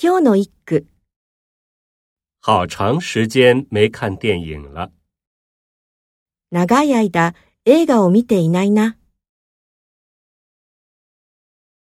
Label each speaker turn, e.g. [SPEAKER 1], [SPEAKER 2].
[SPEAKER 1] 今日の一句、
[SPEAKER 2] 好长时间没看电影了。
[SPEAKER 1] 長い間映画を見ていないな。